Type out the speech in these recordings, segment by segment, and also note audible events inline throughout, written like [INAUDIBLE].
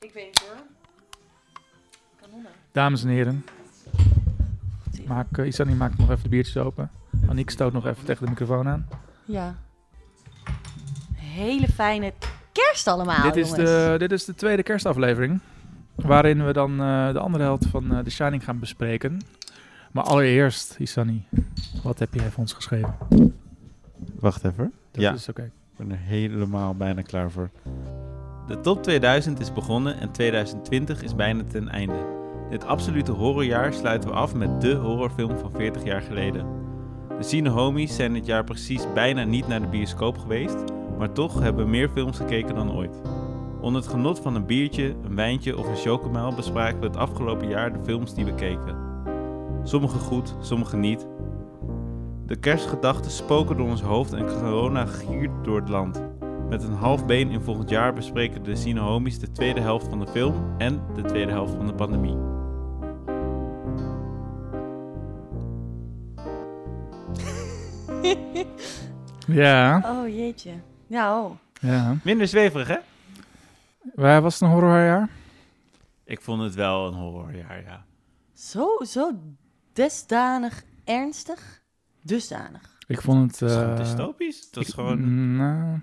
Ik weet het hoor. Kanonnen. Dames en heren, maak, uh, Isani maakt nog even de biertjes open. Aniek stoot nog even tegen de microfoon aan. Ja. Hele fijne kerst allemaal, dit, is jongens. de, dit is de tweede kerstaflevering, waarin we dan eh, de andere helft van eh The Shining gaan bespreken. Maar allereerst, Isani, wat heb jij voor ons geschreven? Wacht even. Dat Ja. is oké. Ik ben er helemaal bijna klaar voor. De top 2000 is begonnen en 2020 is bijna ten einde. Dit absolute horrorjaar sluiten we af met de horrorfilm van 40 jaar geleden. De Cinehomies zijn dit jaar precies bijna niet naar de bioscoop geweest, maar toch hebben we meer films gekeken dan ooit. Onder het genot van een biertje, een wijntje of een chocomel bespraken we het afgelopen jaar de films die we keken. Sommige goed, sommige niet, de kerstgedachten spoken door ons hoofd en corona giert door het land. Met een half been in volgend jaar bespreken de Sinohomies de tweede helft van de film en de tweede helft van de pandemie. Ja, Oh jeetje. Nou, ja. Minder zweverig, hè? Waar was het een horrorjaar? Ik vond het wel een horrorjaar, ja. zo, zo desdanig ernstig. Dusdanig. Ik vond het... Het was eh, gewoon dystopisch. Het was ik, gewoon... mm, nou,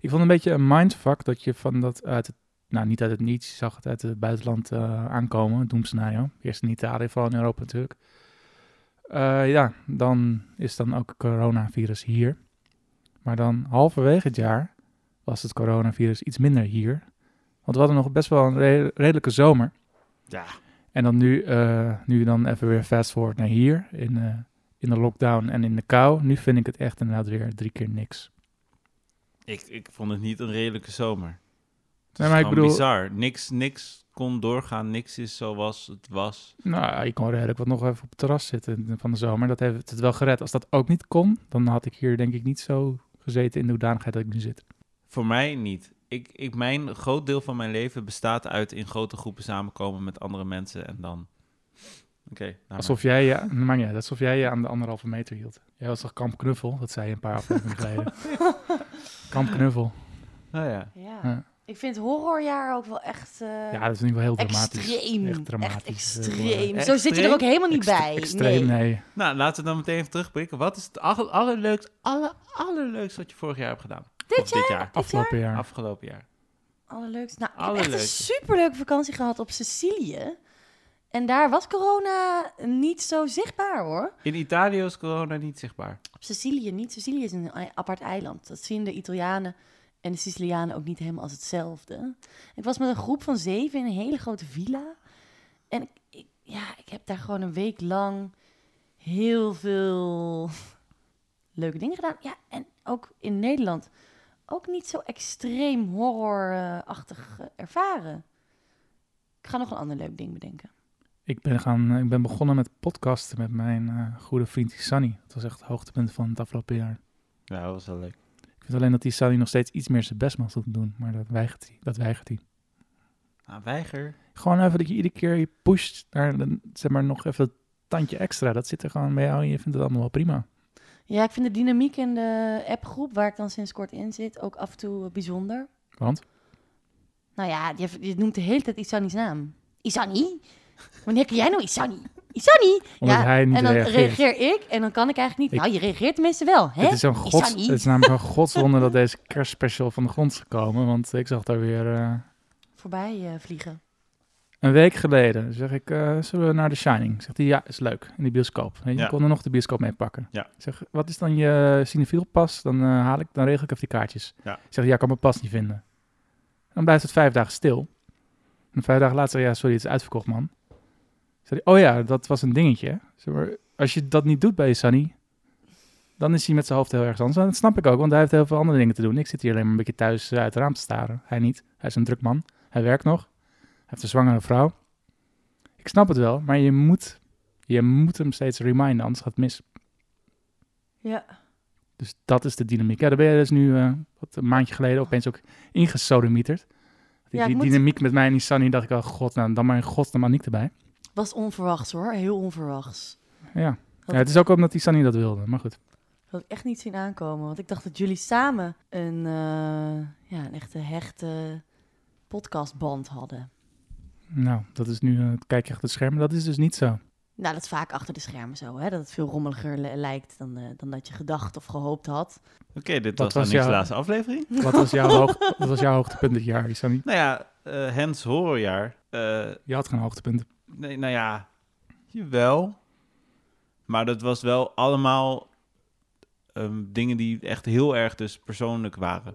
ik vond het een beetje een mindfuck dat je van dat uit het... Nou, niet uit het niets. Je zag het uit het buitenland eh, aankomen. Het doemscenario. Eerst in Italië, vooral in Europa natuurlijk. Eh, ja, dan is dan ook coronavirus hier. Maar dan halverwege het jaar was het coronavirus iets minder hier. Want we hadden nog best wel een re- redelijke zomer. Ja, En dan nu, eh, nu dan even weer fast forward naar hier in, eh, in de lockdown en in de kou. Nu vind ik het echt inderdaad weer drie keer niks. ik, ik vond het niet een redelijke zomer. Het Nee, is maar ik gewoon bedoel- bizar. Niks, niks kon doorgaan. Niks is zoals het was. Nou, ik kon redelijk wat nog even op het terras zitten van de zomer. Dat heeft het wel gered. Als dat ook niet kon, dan had ik hier denk ik niet zo gezeten in de hoedanigheid dat ik nu zit. Voor mij niet. Ik, ik, mijn groot deel van mijn leven bestaat uit in grote groepen samenkomen met andere mensen en dan. Oké. nou maar. Alsof jij je, maar ja, alsof jij je aan de anderhalve meter hield. Jij was toch kamp knuffel? Dat zei je een paar afleveringen geleden. kamp knuffel. Nou ja. Ja. Ja. Ik vind horrorjaar ook wel echt... eh, Ja, dat is in ieder geval heel dramatisch. Extreem. Echt dramatisch. extreem. Eh, Zo zit je er extreem? ook helemaal niet bij. Extreem, nee. nee. Nou, laten we dan meteen even terugblikken. Wat is het aller- allerleukst, aller, allerleukst wat je vorig jaar hebt gedaan? Dit Of dit jaar? Afgelopen jaar. Afgelopen jaar. Allerleukst. Nou, ik heb echt een Allerleukste. superleuke vakantie gehad op Sicilië. En daar was corona niet zo zichtbaar hoor. In Italië is corona niet zichtbaar. Op Sicilië niet. Sicilië is een i- apart eiland. Dat zien de Italianen en de Sicilianen ook niet helemaal als hetzelfde. Ik was met een groep van zeven in een hele grote villa. En ik, ik- ja, ik heb daar gewoon een week lang heel veel [LAUGHS] leuke dingen gedaan. Ja, en ook in Nederland ook niet zo extreem horrorachtig eh, ervaren. Ik ga nog een ander leuk ding bedenken. Ik ben, gaan, eh, ik ben begonnen met podcasten met mijn eh, goede vriend Sunny. Dat was echt het hoogtepunt van het afgelopen jaar. Nou, dat was wel leuk. Ik vind alleen dat die Sunny nog steeds iets meer zijn best mag doen, maar dat weigert hij. Dat weigert hij. Nou, weiger. Gewoon even dat je iedere keer je pusht naar de- zeg maar, nog even dat tandje extra. Dat zit er gewoon bij jou en je vindt het allemaal wel prima. Ja, ik vind de dynamiek in de appgroep, waar ik dan sinds kort in zit, ook af en toe eh, bijzonder. Want? Nou ja, je, je noemt de hele tijd Isani's naam. Isani? Wanneer ken jij nou Isani? Isani? Omdat ja, hij niet en dan reageert. ik en dan kan ik eigenlijk niet. Ik- nou, je reageert tenminste wel, hè? Het is, een gods, Sunny? het is namelijk een godswonder dat deze kerstspecial van de grond is gekomen. Want ik zag daar weer eh, Voorbij eh, vliegen. een week geleden. Zeg ik, eh, zullen we naar The Shining? Zegt hij, ja, is leuk. In die bioscoop. En je Ja. kon er nog de bioscoop mee pakken. Ja. Ik Zeg, wat is dan je cinefielpas? Dan, eh, haal ik, dan regel ik even die kaartjes. Ja. Ik Zeg, ja, ik kan mijn pas niet vinden. Dan blijft het vijf dagen stil. En vijf dagen later zeg ik, ja, sorry, het is uitverkocht, man. Zeg hij, oh ja, dat was een dingetje. hè. Zeg maar, als je dat niet doet bij je Sunny, dan is hij met zijn hoofd heel erg anders. En dat snap ik ook, want hij heeft heel veel andere dingen te doen. Ik zit hier alleen maar een beetje thuis eh, uit het raam te staren. Hij niet. Hij is een druk man. Hij werkt nog. Hij heeft een zwangere vrouw. Ik snap het wel, maar je moet, je moet hem steeds reminden, anders gaat het mis. Ja. Dus dat is de dynamiek. Ja, daar ben je dus nu eh, wat, een maandje geleden opeens ook ingesodemieterd. Die, Ja, ik die moet- dynamiek met mij en die Sunny dacht ik, oh god, nou, dan maar in godsnaam Aniek erbij. Was onverwachts hoor, heel onverwachts. Ja. Had ja, het is ook omdat die Sunny dat wilde, maar goed. Dat had ik echt niet zien aankomen, want ik dacht dat jullie samen een, eh, ja, een echte hechte podcastband hadden. Nou, dat is nu eh, het kijkje achter het scherm. Dat is dus niet zo. Nou, dat is vaak achter de schermen zo, hè? dat het veel rommeliger li- lijkt dan, eh, dan dat je gedacht of gehoopt had. Oké, Wat dit was, dan was niet de jouw- laatste aflevering. Wat was [LAUGHS] jouw, hoog, wat was jouw hoogtepunt dit jaar, Isani? Nou ja, eh Hens horrorjaar. Eh, Je had geen hoogtepunt. nee, nou ja, jawel. Maar dat was wel allemaal ehm, dingen die echt heel erg dus persoonlijk waren.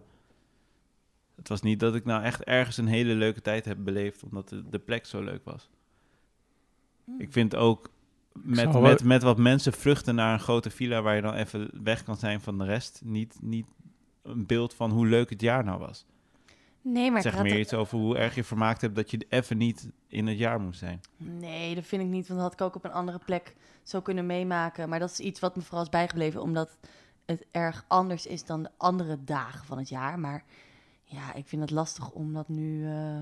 Het was niet dat ik nou echt ergens een hele leuke tijd heb beleefd, omdat de, de plek zo leuk was. Ik vind ook met, zou wel- met, met wat mensen vluchten naar een grote villa waar je dan even weg kan zijn van de rest, niet, niet een beeld van hoe leuk het jaar nou was. Nee, maar ik zeg had meer iets over hoe erg je vermaakt hebt dat je even niet in het jaar moet zijn. Nee, dat vind ik niet. Want dat had ik ook op een andere plek zo kunnen meemaken. Maar dat is iets wat me vooral is bijgebleven, omdat het erg anders is dan de andere dagen van het jaar. Maar ja, ik vind het lastig om dat nu. eh,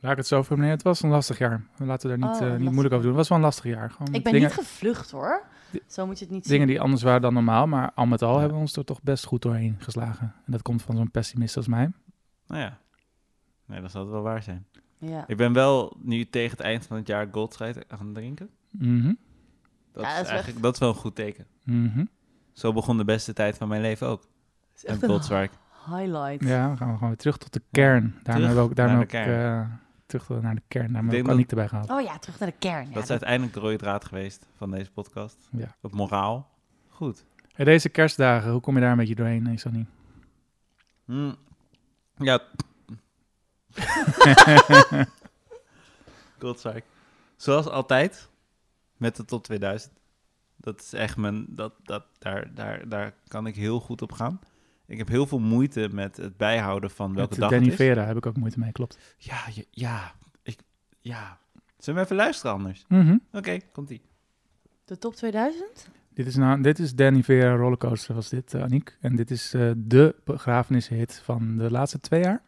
Laat ik het zo formuleren. Het was een lastig jaar. Laten we daar Oh, niet, een eh, niet lastig moeilijk jaar. over doen. Het was wel een lastig jaar. Gewoon Ik ben dingen, niet gevlucht hoor. Zo moet je het niet zien. dingen die anders waren dan normaal. Maar al met al Ja. hebben we ons er toch best goed doorheen geslagen. En dat komt van zo'n pessimist als mij. Nou ja, nee, dat zal het wel waar zijn. Ja. Ik ben wel nu tegen het eind van het jaar Goldstrijd gaan drinken. Mhm, Dat, Ja, is, dat is eigenlijk, dat is wel een goed teken. mhm. Zo begon de beste tijd van mijn leven ook. Het is En [LAUGHS] echt een Goldzwijk. highlight. Ja, dan gaan we gewoon weer terug tot de kern. Daarmee hebben we ook, daarmee naar ook de eh, terug tot- naar de kern. Daarmee denk hebben we paniek erbij gehad. Oh ja, terug naar de kern. Ja, dat is uiteindelijk de rode draad geweest van deze podcast. Ja. Het moraal. Goed. Hey, deze kerstdagen, hoe kom je daar een beetje doorheen, eh, Isani? Hm. [LAUGHS] Ja. Goldzwijk. Zoals altijd, met de tot 2000. Dat is echt mijn, dat, dat, daar, daar, daar kan ik heel goed op gaan. Ik heb heel veel moeite met het bijhouden van welke Met dag Danny het is. Vera heb ik ook moeite mee, klopt. Ja, ja, ja, ik, ja. Zullen we even luisteren anders? Mhm. Oké, komt-ie. De top 2000? Dit is, nou, dit is Danny Vera Rollercoaster, was dit, eh, Aniek. En dit is eh de begrafenishit van de laatste twee jaar.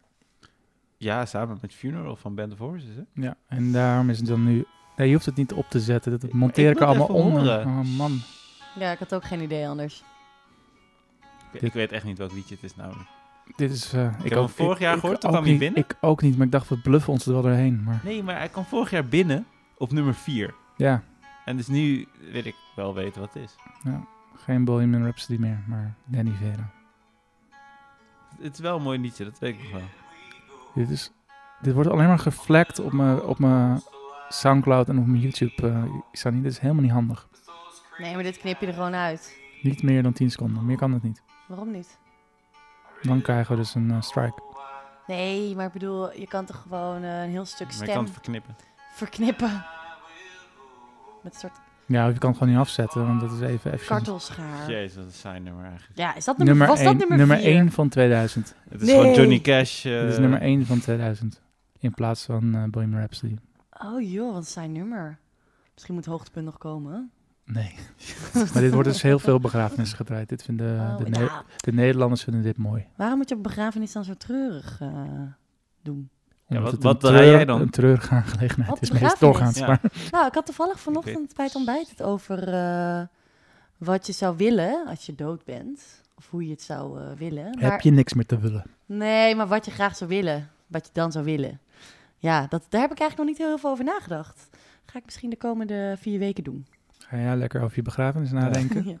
Ja, samen met Funeral van Band of Horses, hè? Ja. En daarom is het dan nu... Nee, je hoeft het niet op te zetten. Dat maar monteer ik ik er wil het allemaal even onder. horen. Oh man. Ja, ik had ook geen idee anders. Ik, ik weet echt niet welk liedje het is namelijk. Dit is... eh, ik heb ook- hem vorig ik- jaar ik gehoord, toen ook kwam hij niet- binnen. Ik ook niet, maar ik dacht, we bluffen ons er wel doorheen. Maar Nee, maar hij kwam vorig jaar binnen op nummer 4. ja, En dus nu wil ik wel weten wat het is. geen Bohemian Rhapsody meer, maar Danny Vera. Het is wel een mooi liedje, dat weet ik nog wel. Dit, is, dit wordt alleen maar geflekt op mijn op mijn Soundcloud en op mijn YouTube. eh Sunny. dit is helemaal niet handig. Nee, maar dit knip je er gewoon uit. Niet meer dan 10 seconden, meer kan het niet. Waarom niet? Dan krijgen we dus een eh, strike. Nee, maar ik bedoel, je kan toch gewoon eh, een heel stuk Maar ik kan stem het verknippen. verknippen. Met een soort Ja, of je kan het gewoon niet afzetten, want dat is even efficiënt. kartelschaar. Jezus, wat een saai nummer eigenlijk. Ja, is dat nummer, Nummer was dat 1, nummer, nummer vier? 1 van 2000. Het is Nee. gewoon Johnny Cash. eh, Dit is nummer 1 van 2000. In plaats van eh, Bohemian Rhapsody. Oh joh, wat een saai nummer. Misschien moet het hoogtepunt nog komen. Nee. [LAUGHS] maar dit wordt dus heel veel begrafenissen gedraaid. Dit vinden Oh, de, ja. Ne- de Nederlanders vinden dit mooi. Waarom moet je op begrafenis dan zo treurig eh, doen? Ja, wat- Omdat het wat een draai treur- jij dan? Een treurige aangelegenheid Op is begrafenis? meest doorgaans. Ja. Maar Nou, ik had toevallig vanochtend bij het ontbijt het over eh, wat je zou willen als je dood bent. Of hoe je het zou eh, willen. Maar, heb je niks meer te willen. Nee, maar wat je graag zou willen. Wat je dan zou willen. Ja, dat, daar heb ik eigenlijk nog niet heel veel over nagedacht. Ga ik misschien de komende vier weken doen. Ga jij lekker over je begrafenis [LAUGHS] nadenken? Ja.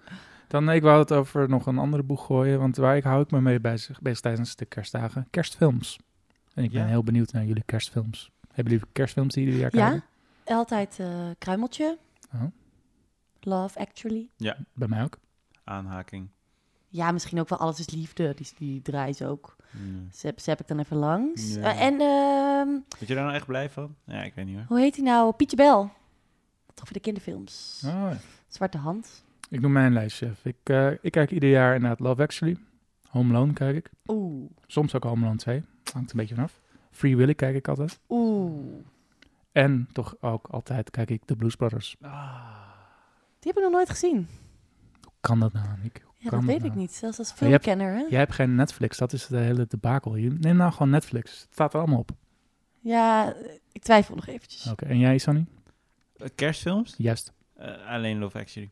Dan, ik wou het over nog een andere boeg gooien, want waar ik hou ik me mee bezig, bezig tijdens de kerstdagen? Kerstfilms. En ik Ja. ben heel benieuwd naar jullie kerstfilms. Hebben jullie kerstfilms die jullie jaar Ja, kijken? altijd eh, kruimeltje. Oh. Love Actually. Bij mij ook. Aanhaking. Ja, misschien ook wel Alles is Liefde. Die, die draai ze ook. Hmm. Ze heb, ze heb ik dan even langs. Ja. Eh, en ehm, Word je daar nou echt blij van? Ja, ik weet niet hoor. hoe heet die nou? Pietje Bel. Toch voor de kinderfilms. Oh, ja. Zwarte Hand. Ik doe mijn lijstje even. Ik, eh, ik kijk ieder jaar inderdaad Love Actually. Home Alone kijk ik. Oeh. Soms ook Home Alone 2. Hangt een beetje vanaf. Free Willy kijk ik altijd. Oeh. En toch ook altijd kijk ik de Blues Brothers. Ah. Die heb ik nog nooit gezien. Kan dat nou, Annick? Hoe Ja, kan dat weet nou? ik niet. Zelfs als Maar je hebt- filmkenner, hè? Jij hebt geen Netflix, dat is de hele debakel. Je- Neem nou gewoon Netflix. Het staat er allemaal op. Ja, ik twijfel nog eventjes. Oké, en jij, Sonny? Eh, Kerstfilms? Juist. Eh, alleen Love Actually.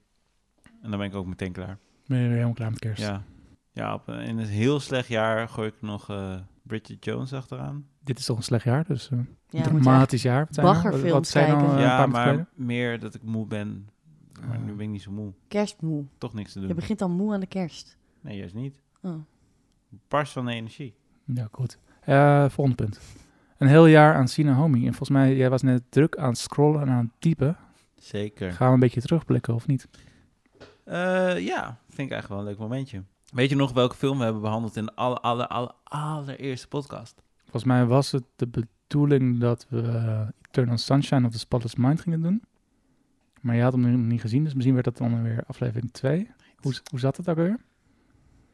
En dan ben ik ook meteen klaar. Ben je weer helemaal klaar met kerst? Ja, ja op, een- in een heel slecht jaar gooi ik nog eh, Bridget Jones achteraan. dit is toch een slecht jaar, dus eh, Ja, een moet je eigenlijk- dramatisch jaar. Wat zijn er? Wat- baggerfilms wat zijn al kijken. eh, een paar ja, maanden maar geleden? meer dat ik moe ben. Maar Ah. nu ben ik niet zo moe. kerstmoe. Toch niks te Je doen. begint al moe aan de kerst. Nee, juist niet. Oh. Barst van de energie. Ja, goed. Eh, volgend punt. Een heel jaar aan Sina Homing. En volgens mij, jij was net druk aan het scrollen en aan het typen. Zeker. Gaan we een beetje terugblikken of niet? Eh, ja, vind ik eigenlijk wel een leuk momentje. Weet je nog welke film we hebben behandeld in de alle, alle, alle, allereerste podcast? Volgens mij was het de bedoeling dat we eh, Eternal Sunshine of the Spotless Mind gingen doen. Maar je had hem nog niet gezien, dus misschien werd dat dan weer aflevering 2. Hoe, hoe zat het ook weer?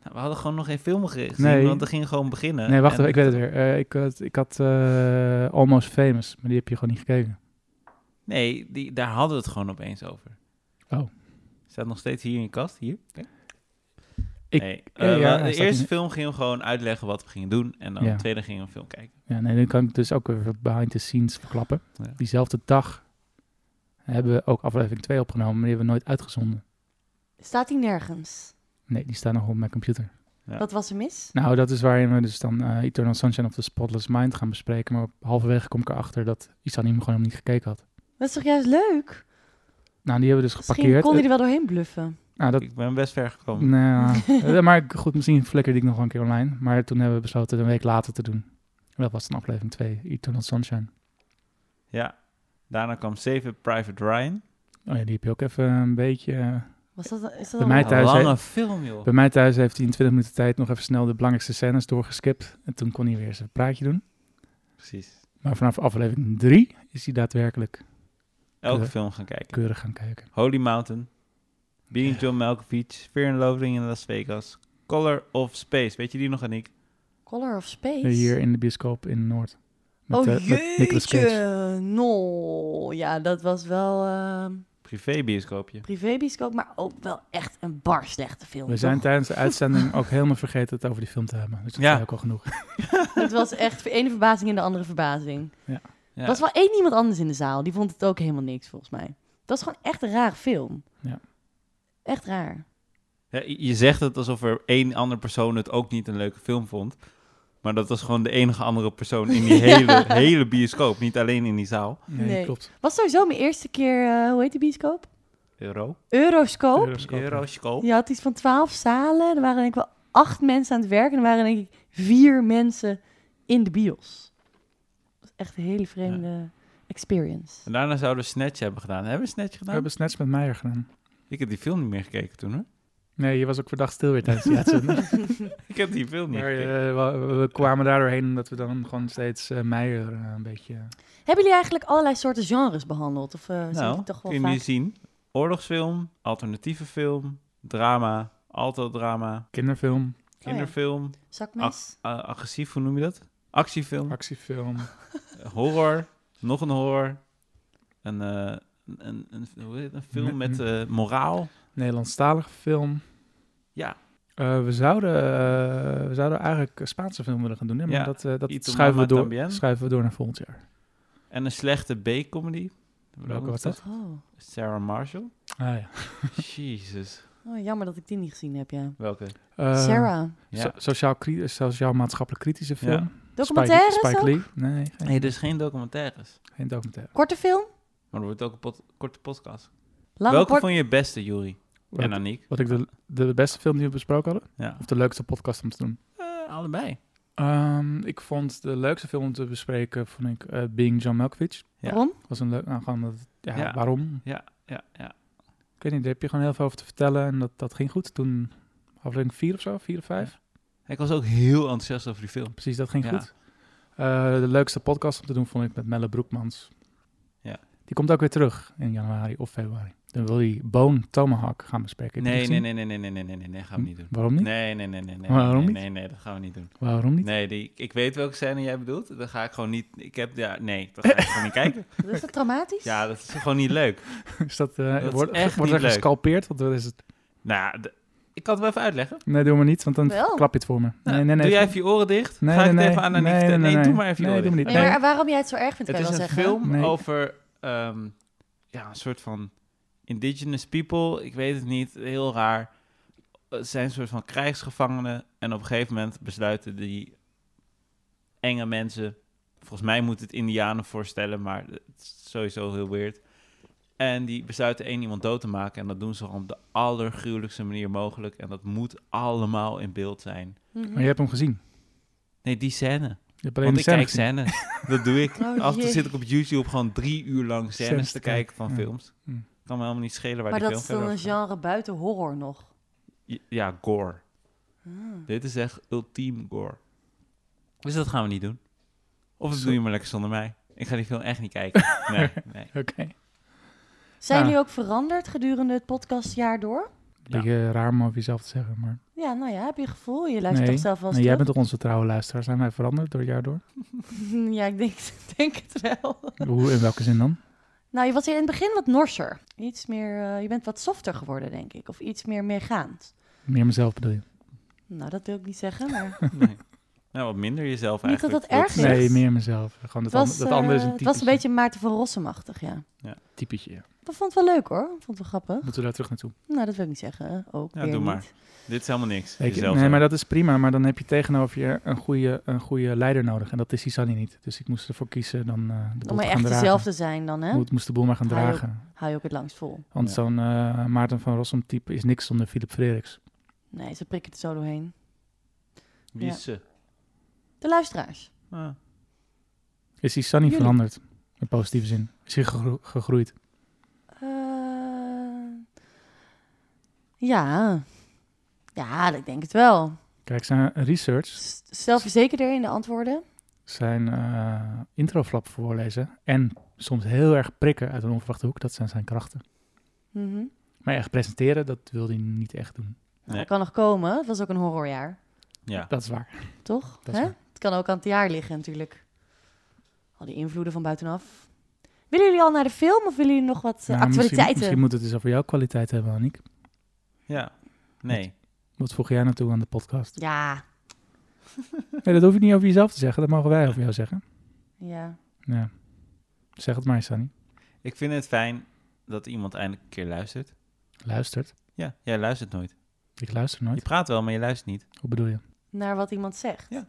Nou, we hadden gewoon nog geen film gezien, Nee. want we gingen gewoon beginnen. Nee, wacht En- even, ik weet het weer. Eh, ik, had- ik had eh, Almost Famous, maar die heb je gewoon niet gekeken. Nee, die, daar hadden we het gewoon opeens over. Oh. Staat nog steeds hier in je kast? Hier? Kijk. Ik- nee. ja, ja, eh, we- hij de staat eerste in- film gingen we gewoon uitleggen wat we gingen doen. En dan Ja. de tweede gingen we een film kijken. Ja, nee, dan kan ik dus ook weer behind the scenes verklappen. Ja. Diezelfde dag hebben we ook aflevering 2 opgenomen, maar die hebben we nooit uitgezonden. Staat die nergens? Nee, die staan nog op mijn computer. Ja. Wat was er mis? Nou, dat is waarin we dus dan eh, Eternal Sunshine of the Spotless Mind gaan bespreken. Maar halverwege kom ik erachter dat Isan hem gewoon helemaal niet gekeken had. Dat is toch juist leuk? Nou, die hebben we dus Misschien geparkeerd. kon hij er wel doorheen bluffen. Eh, nou, dat, Ik ben best ver gekomen. nou, [LAUGHS] eh, maar goed, misschien flikkerde ik nog wel een keer online. Maar toen hebben we besloten het een week later te doen. En dat was dan aflevering 2, Eternal Sunshine. Ja. Daarna kwam Save Private Ryan. Oh ja, die heb je ook even een beetje... eh, Was dat, is dat Bij al- mij Een thuis lange film, joh. Bij mij thuis heeft hij in 20 minuten tijd nog even snel de belangrijkste scènes doorgeskipt. En toen kon hij weer zijn praatje doen. Precies. Maar vanaf aflevering 3 is hij daadwerkelijk Elke Ja. film gaan kijken. keurig gaan kijken. Holy Mountain. Being John Malkovich. Fear and Loathing in Las Vegas. Color of Space. Weet je die nog, Aniek? Color of Space? Eh, Hier in de bioscoop in Noord. oh eh, Nicolas Oh, Cage. jeetje. No. Ja, dat was wel ehm Privébioscoopje. privébioscoop, maar ook wel echt een bar slechte film. We zijn toch? tijdens [LAUGHS] de uitzending ook helemaal vergeten het over die film te hebben. Dus dat Ja. is ook al genoeg. Het was echt de ene verbazing en de andere verbazing. Ja. Er was wel één iemand anders in de zaal. Die vond het ook helemaal niks, volgens mij. Dat is gewoon echt een raar film. Ja. Echt raar. Ja, je je zegt het alsof er één andere persoon het ook niet een leuke film vond. Maar dat was gewoon de enige andere persoon in die [LAUGHS] Ja. hele, hele bioscoop. Niet alleen in die zaal. Nee, Nee. klopt. Was sowieso mijn eerste keer, eh, hoe heet die bioscoop? Euro. Euroscope. Euroscope. Euroscoop. Je had iets van twaalf zalen. Er waren denk ik wel acht mensen aan het werken. Er waren denk ik vier mensen in de bios. Dat is echt een hele vreemde experience. En daarna zouden we Snatch hebben gedaan. Hebben we Snatch We gedaan? hebben Snatch met Meijer gedaan. Ik heb die film niet meer gekeken toen, hoor. [LAUGHS] Nee, je was ook verdacht stil weer tijdens die uitzending. Ik heb die film niet Maar gekeken. eh, we, we kwamen daardoor heen omdat we dan gewoon steeds eh, Meijer eh, een beetje... Hebben jullie eigenlijk allerlei soorten genres behandeld? Of eh zijn nou, jullie toch wel kun je nu vaak... zien. Oorlogsfilm, alternatieve film, drama, Oh altodrama, Kinderfilm, kinderfilm, Zakmes? a- agressief, hoe noem je dat? Actiefilm, actiefilm. horror, nog een horror, een, eh, een, een, een- hoe heet het? een film Met- met eh, moraal. Nederlandstalige film. Ja. Eh, we, zouden, eh, we zouden eigenlijk een Spaanse film willen gaan doen, hè, maar Ja, dat, eh, dat Y tu schuiven, we mamá door, también. schuiven we door naar volgend jaar. En een slechte B-comedy. Welke was dat? Oh. Sarah [LAUGHS] Marshall. Ah, ja. Jezus. oh, jammer dat ik die niet gezien heb, ja. Welke? Eh, Sarah. Ja. so- sociaal, cri- sociaal maatschappelijk kritische film. Ja. Documentaire Spike, Spike Lee. Nee, geen, Nee, dus geen documentaires. geen documentaire. Korte film? Maar er wordt ook een pod- korte podcast. Lange Welke kort- vond je het beste, Juri? Wat, En Aniek? wat ik de, de beste film die we besproken hadden, Ja. of de leukste podcast om te doen. Eh, allebei. Ehm, ik vond de leukste film om te bespreken, vond ik eh, Being John Malkovich. Ja. Waarom? Was een leuk, nou, gewoon omdat- ja, Ja. waarom? Ja, ja. Ik weet niet, daar heb je gewoon heel veel over te vertellen en dat, dat ging goed. Toen aflevering 4 of zo, 4 of 5. Ik was ook heel enthousiast over die film. Precies, dat ging Ja. goed. Eh, de leukste podcast om te doen vond ik met Melle Broekmans. Ja. Die komt ook weer terug in januari of februari. Dan wil hij Bone Tomahawk gaan bespreken. Heb je Nee, die nee, gezien? nee, nee, nee, nee, nee, nee, nee, nee, gaan we niet doen. Waarom niet? Nee, nee, nee, nee, nee. Waarom nee, niet? Nee, nee, dat gaan we niet doen. Waarom niet? Nee, die, ik weet welke scène jij bedoelt. Dan ga ik gewoon niet. Ik heb, ja, nee, dat ga ik gewoon niet [LAUGHS] kijken. Is dat traumatisch? Ja, dat is gewoon niet leuk. Is dat, eh, is wordt, echt wordt niet er leuk. gescalpeerd? Want dat is het. Nou, ja, d- ik kan het wel even uitleggen. Nee, doe maar niet, want dan Wel. klap je het voor me. Nou, nee, nee, nee. doe jij even je oren dicht? Nee, ga ik nee, het even nee. aan Aniek Nee, vertellen? nee, Nee, nee. doe maar even je Nee, oren doe maar Nee, dicht. niet. maar waarom jij het zo erg vindt, Het kan je is wel een zeggen. film Nee. over ehm, ja, een soort van indigenous people. Ik weet het niet, heel raar. Het zijn een soort van krijgsgevangenen. En op een gegeven moment besluiten die enge mensen Volgens mij moet het Indianen voorstellen, maar het is sowieso heel weird. En die besluiten één iemand dood te maken. En dat doen ze op de allergruwelijkste manier mogelijk. En dat moet allemaal in beeld zijn. Mhm. Maar je hebt hem gezien. Nee, die scène. Je hebt alleen Want de ik scène kijk gezien. [LAUGHS] scènes. Dat doe ik. Oh, Af en toe jee. zit ik op YouTube gewoon drie uur lang scènes Scènes te te kijken van kijken, ja. films. Hm. Kan me helemaal niet schelen waar Maar die dat film is dan verder een over gaat. genre buiten horror nog. Ja, gore. Ah. Dit is echt ultiem gore. Dus dat gaan we niet doen. Of dat Zo. doe je maar lekker zonder mij. Ik ga die film echt niet [LAUGHS] kijken. Nee, nee. Oké. Zijn Ja. jullie ook veranderd gedurende het podcastjaar door? Beetje raar om over jezelf te zeggen, maar... Ja, nou ja, heb je gevoel? Je luistert Nee. toch zelf wel eens Nee, jij terug? bent [LAUGHS] toch onze trouwe luisteraar? Zijn wij veranderd door het jaar door? Ja, ik denk, [LAUGHS] denk het wel. Hoe, in welke zin dan? Nou, je was in het begin wat norser. Iets meer, eh, je bent wat softer geworden, denk ik. Of iets meer meegaand. Meer mezelf bedoel je? Nou, dat wil ik niet zeggen, [LAUGHS] maar... nee. Nou, wat minder jezelf Niet dat eigenlijk. dat erg is. Nee, meer mezelf. Gewoon dat, Het was, an- dat andere is eh, een het typetje. was een beetje Maarten van Rossemachtig, ja. typetje. ja. Dat vond ik wel leuk, hoor. Vond ik wel grappig. Moeten we daar terug naartoe? Nou, dat wil ik niet zeggen. Ook Ja, weer doe niet. maar. Dit is helemaal niks. Ik- Jezelf nee, zo. maar dat is prima. Maar dan heb je tegenover je een goede, een goede leider nodig. En dat is Isani niet. Dus ik moest ervoor kiezen dan eh de boel Om te maar gaan echt dragen. jezelf te zijn dan, hè. Moet, moest de boel maar gaan Hij ook. dragen. Hou je ook het langst vol. Want Ja. zo'n eh, Maarten van Rossum type is niks zonder Philip Frederiks. Nee, ze prikken het zo doorheen. Wie Ja. is ze? De luisteraars. Ah, Is die Sunny Jullie. veranderd? In positieve zin. Is hij gegro- gegroeid? Eh, ja. Ja, ik denk het wel. Kijk, zijn research, S- Zelfverzekerder in de antwoorden. zijn eh, introflap voorlezen en soms heel erg prikken uit een onverwachte hoek, dat zijn zijn krachten. Mhm. Maar echt presenteren, dat wil hij niet echt doen. Nou, Nee. Dat kan nog komen. Het was ook een horrorjaar, ja. Dat is waar. toch? Dat is Hè? waar. Het kan ook aan het jaar liggen natuurlijk. Al die invloeden van buitenaf. Willen jullie al naar de film of willen jullie nog wat eh, Nou, Misschien, actualiteiten? misschien moet het dus over jouw kwaliteit hebben, Aniek. ja. Nee. Wat voeg jij naartoe aan de podcast? Ja, Nee, dat hoef je niet over jezelf te zeggen, dat mogen wij over jou zeggen. ja. Ja. Zeg het maar, Sunny. Ik vind het fijn dat iemand eindelijk een keer luistert. Luistert. Ja, jij luistert nooit. Ik luister Je nooit. praat wel, maar je luistert niet. Hoe bedoel je? Naar wat iemand zegt. Ja.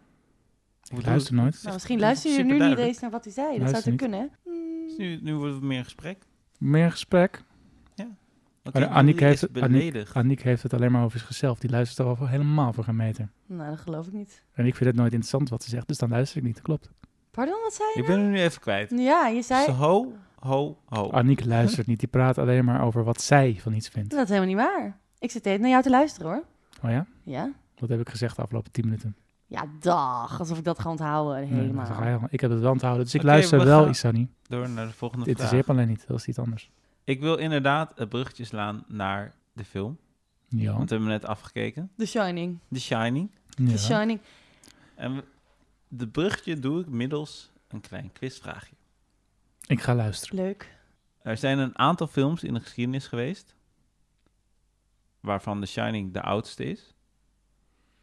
Ik luister nooit. Nou, misschien luister je nu niet Superduidelijk. Hmm. eens naar wat hij zei. Dat Luister zou niet. toch kunnen, hè? Mm. Nu, nu wordt het meer een gesprek. Meer gesprek. Want Maar die Annick Annie heeft is het- Annick- beledigd. Aniek heeft het alleen maar over zichzelf. Die luistert al voor- helemaal voor geen meter. Nou, dat geloof ik niet. En ik vind het nooit interessant wat ze zegt, dus dan luister ik niet. Dat klopt. Pardon, wat zei je Ik ben hem nu even kwijt. nou? Ja, je zei... Dus ho, ho, ho. Aniek luistert niet. Die praat alleen maar over wat zij van iets vindt. Dat is helemaal niet waar. Ik zit even naar jou te luisteren, hoor. Oh ja? Ja? Wat heb ik gezegd de afgelopen 10 minuten? Ja, dag. Alsof ik dat ga onthouden. Nee, dat Helemaal. ga je al. ik heb het wel onthouden. Dus ik Oké, we luister wel, gaan- Isani. Door naar de Het volgende vraag. interesseert me alleen niet. Dat is iets anders. Ik wil inderdaad het bruggetje slaan naar de film. Ja. Want Oh. we hebben net afgekeken. The Shining. The Shining. The ja. Shining. En we- de bruggetje doe ik middels een klein quizvraagje. Ik ga luisteren. Leuk. Er zijn een aantal films in de geschiedenis geweest. Waarvan The Shining de oudste is.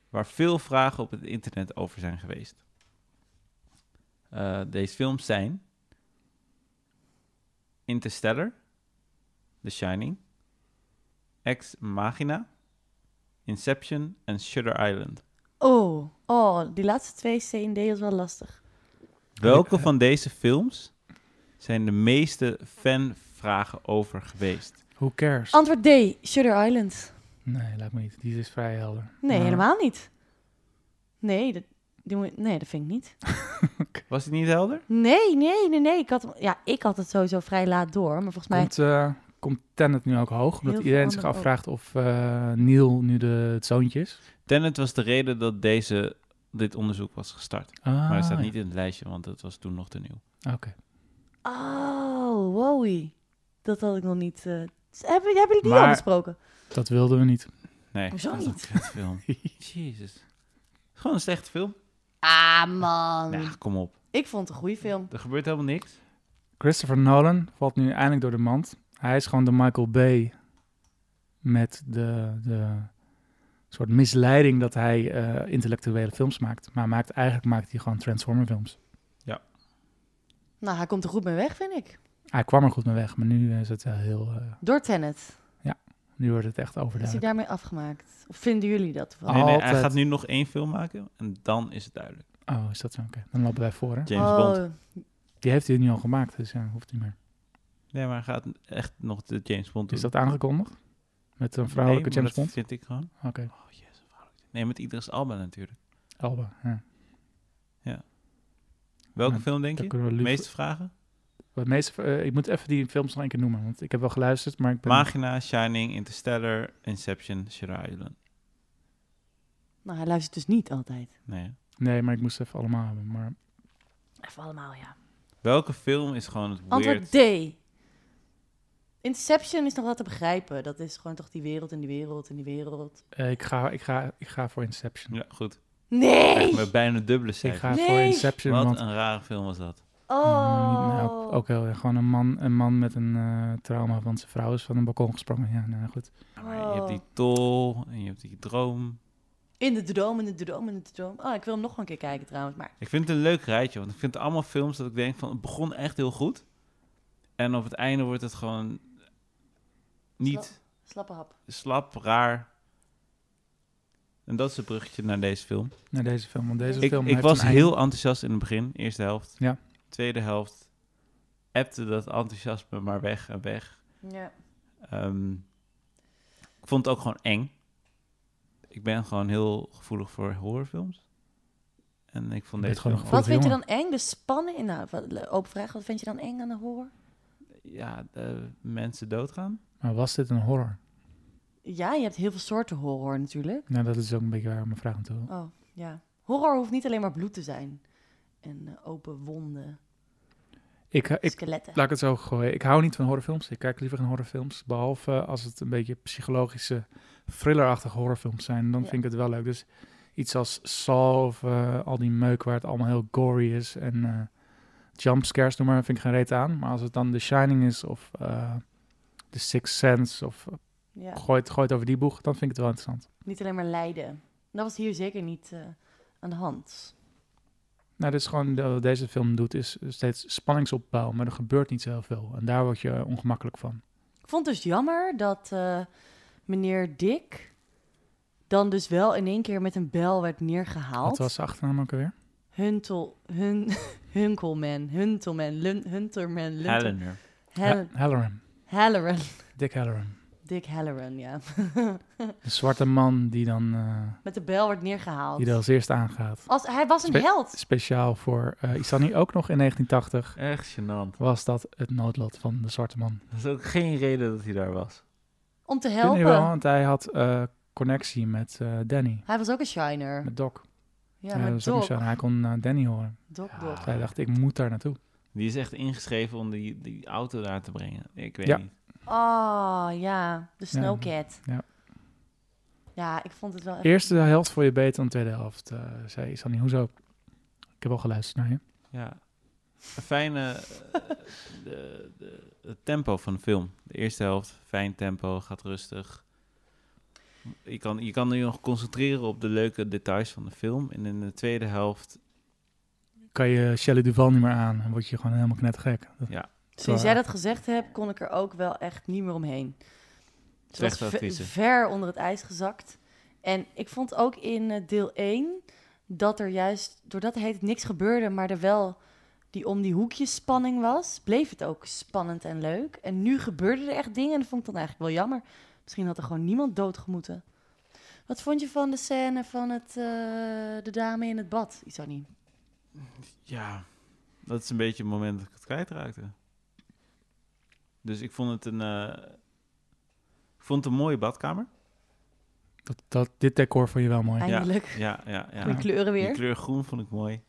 Waar veel vragen op het internet over zijn geweest. Eh, deze films zijn Interstellar, The Shining, Ex Machina, Inception en Shutter Island. Oh, oh, die laatste twee C en D is wel lastig. Welke van deze films zijn de meeste fanvragen over geweest? Who cares? Antwoord D, Shutter Island. Nee, lijkt me niet. Die is vrij helder. Nou, Nee, Maar- helemaal niet. Nee, dat, die moet- nee, dat vind ik niet. Was het niet helder? Nee, nee, nee, nee. Ik had, hem- ja, ik had het sowieso vrij laat door, maar volgens mij... Komt, eh komt Tenet nu ook hoog? Heel Omdat veel iedereen zich anderen ook. afvraagt of eh, Neil nu de, het zoontje is. Tenet was de reden dat deze, dit onderzoek was gestart. Ah, maar het staat ja. niet in het lijstje, want dat was toen nog te nieuw. Oh, wowie. Dat had ik nog niet... eh, hebben, hebben jullie die Maar- al besproken? Dat wilden we niet. Nee, Hoezo dat is niet? [LAUGHS] een kutfilm. Jezus. Gewoon een slechte film. Ah, man. Nou, kom op. Ik vond het een goede film. Er gebeurt helemaal niks. Christopher Nolan valt nu eindelijk door de mand. Hij is gewoon de Michael Bay met de, de soort misleiding dat hij eh, intellectuele films maakt. Maar maakt, eigenlijk maakt hij gewoon Transformer films. Nou, hij komt er goed mee weg, vind ik. Hij kwam er goed mee weg, maar nu eh, is het wel heel... eh, Door Tenet. nu wordt het echt Is hij overduidelijk. daarmee afgemaakt? Of vinden jullie dat wel? Ah. Nee, nee, hij Altijd. gaat nu nog één film maken en dan is het duidelijk. Oh, is dat zo? Oké, dan lopen wij voor. Hè? James oh, Bond. Die heeft hij nu al gemaakt, dus ja, hoeft niet meer. Nee, maar gaat echt nog de James Bond doen. Is dat aangekondigd? Met een vrouwelijke Nee, maar James Bond? dat vind ik gewoon. Oké, Oh, jezus, vrouwelijke. Nee, met Idris Alba natuurlijk. Elba. Ja. Welke Ja, film denk Dan je? kunnen we De liever- meeste vragen? Wat meest, eh, ik moet even die films nog een keer noemen, want ik heb wel geluisterd, maar ik ben... Magina, Shining, Interstellar, Inception, Shutter Island. nou, hij luistert dus niet altijd. Nee. hè? Nee, maar ik moest ze even allemaal hebben. Maar Even allemaal, ja. Welke film is gewoon het Antwoord weird? D. Inception is nog wel te begrijpen. Dat is gewoon toch die wereld en die wereld en die wereld. eh, ik, ga, ik, ga, ik ga voor Inception. Dus Ja, goed. Nee! Echt met bijna dubbele ik cijfers. ga voor Nee! Inception, Wat want... een rare film was dat. Oh. Mm, nou, ook heel erg. Gewoon een man, een man met een eh, trauma, want zijn vrouw is van een balkon gesprongen. Ja, nou goed. Ja, maar Je hebt Oh. die tol en je hebt die droom. In de droom, in de droom, in de droom. Oh, ik wil hem nog wel een keer kijken trouwens, maar... Ik vind het een leuk rijtje, want ik vind het allemaal films dat ik denk van het begon echt heel goed. En op het einde wordt het gewoon niet Slappe hap. slap, raar. En dat is het bruggetje naar deze film. Naar deze film, want deze De Ik, film ik heeft was een einde. heel enthousiast in het begin, eerste helft. Ja. Tweede helft appte dat enthousiasme maar weg en weg. Ja. Ehm, ik vond het ook gewoon eng. Ik ben gewoon heel gevoelig voor horrorfilms. En ik vond Je bent deze gewoon een film Wat Goeie vind je dan eng? De spannen in... Nou, wat- le- open vraag. Wat vind je dan eng aan de horror? ja, de mensen doodgaan. Maar was dit een horror? Ja, je hebt heel veel soorten horror natuurlijk. Nou, dat is ook een beetje waar mijn vraag aan toe wil. Oh, ja. Horror hoeft niet alleen maar bloed te zijn. En eh, open wonden, Ik, ik, skeletten. laat ik het zo gooien. Ik hou niet van horrorfilms. Ik kijk liever geen horrorfilms. Behalve als het een beetje psychologische, thrillerachtige horrorfilms zijn. Dan Ja. vind ik het wel leuk. Dus iets als Saw of eh, al die meuk waar het allemaal heel gory is. En eh, jumpscares, noem maar, vind ik geen reet aan. Maar als het dan The Shining is of eh, The Sixth Sense of eh, Ja. gooit, gooit over die boeg, dan vind ik het wel interessant. Niet alleen maar lijden. Dat was hier zeker niet eh, aan de hand. Nou, dus gewoon de- wat deze film doet is steeds spanningsopbouw, maar er gebeurt niet zo heel veel. En daar word je eh, ongemakkelijk van. Ik vond het dus jammer dat eh, meneer Dick dan dus wel in één keer met een bel werd neergehaald. Wat was de achternaam ook alweer? Huntel, hun, [LAUGHS] Hunkelman, Huntelman, Lun, Hunterman, Lunter- Helena. Hel- Ha- Halloran. Halloran. Dick Halloran. Dick Halloran, ja. [LAUGHS] Een zwarte man die dan eh, Met de bel werd neergehaald. die er als eerste aangaat. Als, hij was een Spe- held. Speciaal voor eh Isani ook nog in 1980 Echt gênant. was dat het noodlot van de zwarte man. Dat is ook geen reden dat hij daar was. Om te Vind je wel, helpen. want hij had eh, connectie met eh, Danny, Hij was ook een shiner. met Doc. Ja, Eh, maar dat is ook Doc, zo. En Hij kon eh, Danny horen. Doc, Ja. Doc. Dus hij dacht, ik moet daar naartoe. Die is echt ingeschreven om die, die auto daar te brengen. Ik weet Ja. niet. Oh, ja. De Snowcat. Ja. Ja, ik vond het wel echt... Eerste helft voor je beter dan tweede helft, eh, zei Isani. Hoezo? Ik heb al geluisterd naar je. Ja. Een fijne... eh, de, de, het tempo van de film. De eerste helft, fijn tempo, gaat rustig. Je kan, je kan je nog concentreren op de leuke details van de film. En in de tweede helft... Kan je Shelley Duval niet meer aan en word je gewoon helemaal knetgek. Dat- Sinds Waar. jij dat gezegd hebt, kon ik er ook wel echt niet meer omheen. Ze was Slechte actrice. ver onder het ijs gezakt. En ik vond ook in eh, deel 1 dat er juist, doordat er heet niks gebeurde, maar er wel die om die hoekjes spanning was, bleef het ook spannend en leuk. En nu gebeurden er echt dingen en dat vond ik dan eigenlijk wel jammer. Misschien had er gewoon niemand doodgemoeten. Wat vond je van de scène van het, eh, de dame in het bad, Isani? Ja, dat is een beetje het moment dat ik het kwijtraakte. Dus ik vond het een... eh, ik vond het een mooie badkamer. Dat, dat, dit decor vond je wel mooi. Eindelijk. Ja, ja, ja. Die kleuren Die weer. kleur groen vond ik mooi.